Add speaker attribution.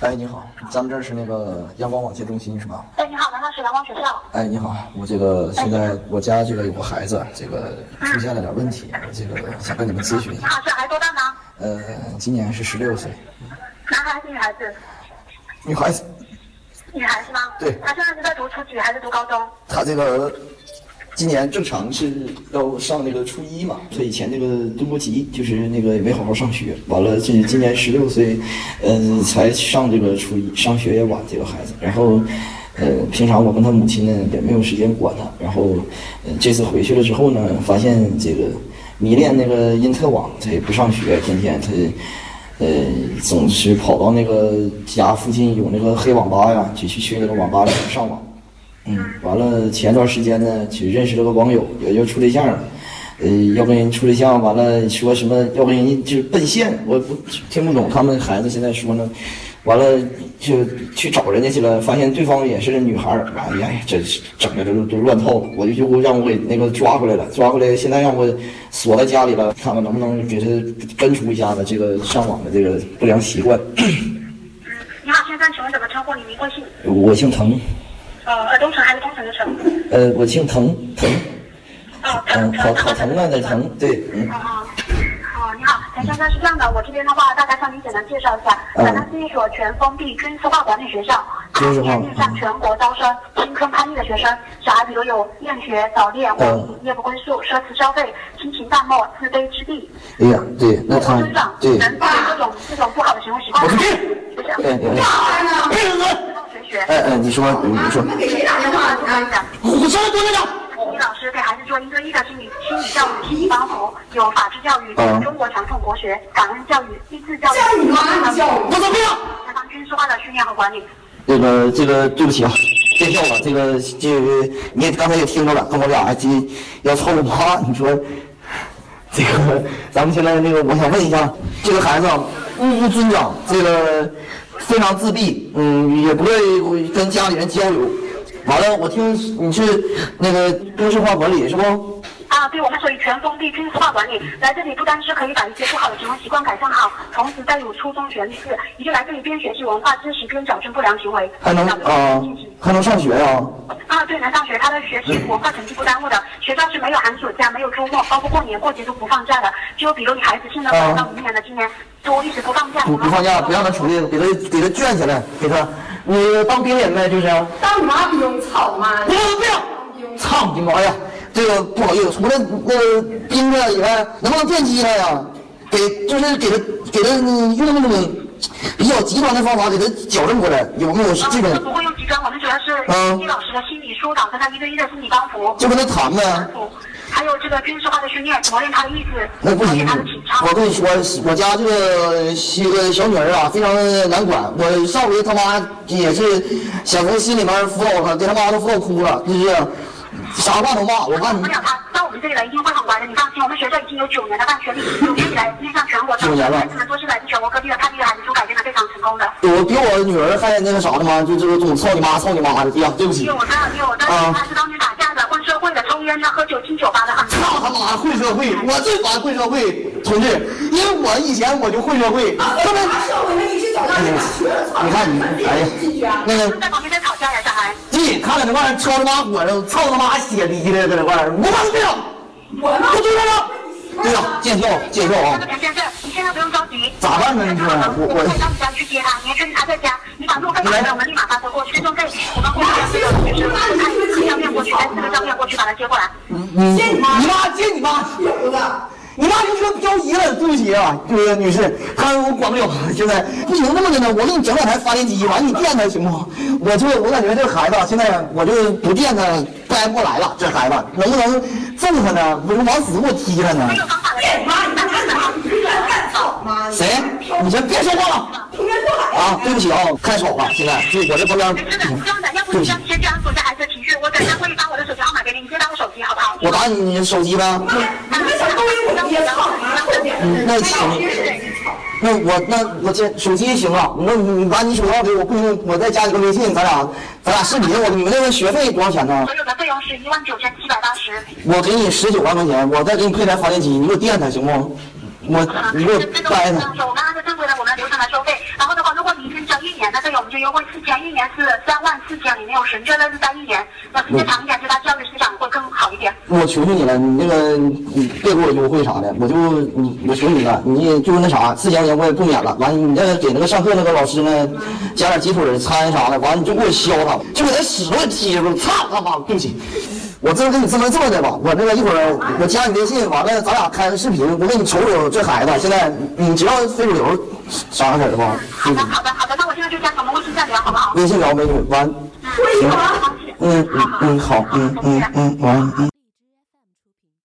Speaker 1: 哎，你好，咱们这儿是那个阳光网协中心是吧？
Speaker 2: 哎，你好，南方市阳光学校。
Speaker 1: 哎，你好，我这个现在我家这个有个孩子，这个出现了点问题，我这个想跟你们咨询一下。
Speaker 2: 啊，这孩子多大呢？
Speaker 1: 呃，今年是十六岁，
Speaker 2: 男孩子、女孩子？
Speaker 1: 女孩子，
Speaker 2: 女孩子吗？
Speaker 1: 对
Speaker 2: 他现在是在读初几还是读高中？
Speaker 1: 她这个今年正常是要上那个初一嘛，所以以前那个读国籍就是那个也没好好上学，完了这今年十六岁，嗯、才上这个初一，上学也晚这个孩子，然后。呃，平常我跟他母亲呢也没有时间管他，然后，呃，这次回去了之后呢，发现这个迷恋那个因特网，他也不上学，天天他，呃，总是跑到那个家附近有那个黑网吧呀，就去去那个网吧里面上网。嗯，完了前段时间呢，就认识了个网友，也就处对象了。呃，要跟人处对象，完了说什么要跟人家就是奔现，我不听不懂他们孩子现在说呢。完了就去找人家去了，发现对方也是个女孩儿，哎呀，这整的都都乱套了。我就就让我给那个抓回来了，抓回来现在让我呃锁在家里了，看看能不能给他根除一下子这个上网的这个不良习惯。
Speaker 2: 嗯，你好，先生，请问怎么称呼你？您贵姓？
Speaker 1: 我姓滕，
Speaker 2: 呃，呃，东城还是东城的城？
Speaker 1: 呃，我姓滕滕，
Speaker 2: 哦，
Speaker 1: 嗯，
Speaker 2: 城
Speaker 1: 好
Speaker 2: 城。
Speaker 1: 好疼啊，那
Speaker 2: 城。
Speaker 1: 疼，对，嗯。
Speaker 2: 啊啊，你好，陈先生是这样的，我这边的话大概向您简单介绍一下，
Speaker 1: 嗯
Speaker 2: 咱们是一所全封闭军事化管理学校，
Speaker 1: 军事化
Speaker 2: 年面向全国招生青春叛逆的学生，小孩比如有厌学、早恋、网
Speaker 1: 嗯
Speaker 2: 瘾、夜不归宿、奢侈消费、亲情淡漠、自卑之地，
Speaker 1: 哎呀，对，那
Speaker 2: 不
Speaker 1: 他
Speaker 2: 尊长，
Speaker 1: 对，哎
Speaker 2: 人各种这种不好的行为习惯，
Speaker 1: 我不去
Speaker 2: 学校
Speaker 1: 对对对
Speaker 2: 学学。
Speaker 1: 哎哎，你说，你说，
Speaker 2: 给谁打电话？我跟你讲。
Speaker 1: 我上来蹲着
Speaker 2: 我们老师给孩子做一对一的心理心理教育、心理帮扶，有法治教育、
Speaker 1: 嗯
Speaker 2: 中国传统国学、感恩教育、励志教育、
Speaker 3: 叫你妈，你叫我。
Speaker 1: 我怎么样？
Speaker 2: 开放军事化的训练和管理。
Speaker 1: 那个，这个，对不起啊，见笑了。这个，这个，你也刚才也听着了，跟我俩这要凑合吧。你说，这个，咱们现在那个，我想问一下，这个孩子啊目无尊长，这个非常自闭，嗯，也不会跟家里人交流。完了，我听你是那个军事化管理是不？
Speaker 2: 啊，对，我们所以全封闭军事化管理，来这里不单是可以把一些不好的行为习惯改善好，同时带有初中学历制，也就来这里边学习文化知识，边矫正不良行为，
Speaker 1: 还能
Speaker 2: 小
Speaker 1: 啊、
Speaker 2: 学生进行
Speaker 1: 还能上学呀、
Speaker 2: 啊，对，能上学，他的学
Speaker 1: 嗯
Speaker 2: 习文化成绩不耽误的。学校是没有寒暑假，没有周末，包括过年过节都不放假的。就比如你孩子现在
Speaker 1: 嗯
Speaker 2: 到明年的今年都一直不放假，
Speaker 1: 不不放假，不让他出去，给他给他圈起来，给他，你当兵人呗，就是。啊
Speaker 3: 当你妈兵，操妈！
Speaker 1: 不要，操你妈呀！这个不好意思，除了那个兵这以外，能不能电击他呀？给就是给他给他嗯用那种比较极端的方法给他矫正过来，有没有
Speaker 2: 啊
Speaker 1: 这
Speaker 2: 这
Speaker 1: 种？
Speaker 2: 不会用极端，我们主要是
Speaker 1: 嗯
Speaker 2: 易老师的心理疏导，跟他一对一的心理帮扶。
Speaker 1: 就跟他谈呗。
Speaker 2: 还有这个军事化的训练，磨练他的意志，
Speaker 1: 那不
Speaker 2: 磨
Speaker 1: 行
Speaker 2: 练他的体，操
Speaker 1: 我。跟你说，我家这个这个小女儿啊，非常难管。我上回他妈也是想从心里面辅导她，给她妈都辅导哭了，就是啥话都骂。我看
Speaker 2: 管
Speaker 1: 你
Speaker 2: 不了他，到我们这里来一定会很管的，你放心。我们学校已经有九年的办学历，九年以来面向全国招
Speaker 1: 九
Speaker 2: 生，
Speaker 1: 年了
Speaker 2: 孩子们都是来自全国各地的叛逆的孩子所改变的非常成功的。
Speaker 1: 我比我女儿还那个啥的嘛，就这个总操你妈操你妈的，哎呀，对不起
Speaker 2: 有，的有的，他是当年打架的、混社会的、抽烟的、喝酒、进酒吧的，很多。
Speaker 1: 操他妈的混社会，我最烦混社会，同志，因为我以前我就混社会，他们，
Speaker 3: 拿社会人一直走到
Speaker 1: 哎
Speaker 3: 你
Speaker 1: 呀
Speaker 3: 妈学了，操
Speaker 1: 你看你，哎呀，那个。
Speaker 2: 在旁边在吵架呀，小孩。
Speaker 1: 对，看了那块儿敲他妈火了，操他妈血滴的搁那块儿，我他妈没有，
Speaker 3: 我呢
Speaker 1: 不知道了。队长，见笑，见笑啊！
Speaker 2: 田先生，你现在不用着急。我会到你家去接他。你趁他在家，你把路费拿来，我们立马发车过去。路费我们会把这个女生看四个照片过去，带四个照片过去把他接过来。
Speaker 1: 你你妈见你妈，
Speaker 3: 有的。
Speaker 1: 你妈就说漂移了，对不起啊，这个女士，她我管不了，现在不行，这么的呢，我给你整两台发电机，完你电她行不？我就我感觉这孩子啊现在我就不电他掰不过来了，这孩子能不能揍他呢？不是往死给我踢他 呢
Speaker 2: 没？有方法的，
Speaker 3: 你妈，你干啥？你敢干操妈！
Speaker 1: 谁？你先别说话了。
Speaker 3: 平原上海
Speaker 1: 啊，对不起啊，太吵了，现在就我这旁边，
Speaker 2: 没事的，不用的。要不你先先安抚一下孩子的情绪，我等下会发我的手机号码给你，你接到我手机好不好？
Speaker 1: 我打你手机呗。
Speaker 3: 你们小东西我爹操妈！后边
Speaker 2: 嗯
Speaker 1: 那行，那我那我这手机行啊，那你你把你手机号给我，不行，我再加你个微信，咱俩咱俩视频。我你们那个学费多少钱呢？
Speaker 2: 所有的费用是一万九千七百八十。
Speaker 1: 我给你十九万块钱，我再给你配台发电机，你给我电它行不？我
Speaker 2: 啊，
Speaker 1: 你给我
Speaker 2: 这这个我
Speaker 1: 掰
Speaker 2: 们
Speaker 1: 它。
Speaker 2: 我们按照正规的我们流程来收费。然后的话，如果你已经交一年的就优惠四千，一年是三万四千，里面有神券的是在一年，那时间长一点对他教育市场会更好一点。
Speaker 1: 我求求你了，你那个你别给我优惠啥的，我就你我求你了，你就那啥，四千块钱我也不免了。完，你那个给那个上课那个老师呢，加点鸡腿儿餐啥的，完你就给我削他，就给他使劲踢着，操他妈！对不起，我这么跟你这么做的吧，我那个一会儿我加你微信，完了咱俩开个视频，我给你瞅瞅这孩子现在，你知道非主流啥样式儿吧？
Speaker 2: 好的，好的，好的，那我现在就加你们微信再聊，好不好？
Speaker 1: 微信找美女，完，
Speaker 2: 嗯，好好好
Speaker 1: 嗯嗯嗯好，嗯嗯嗯完嗯。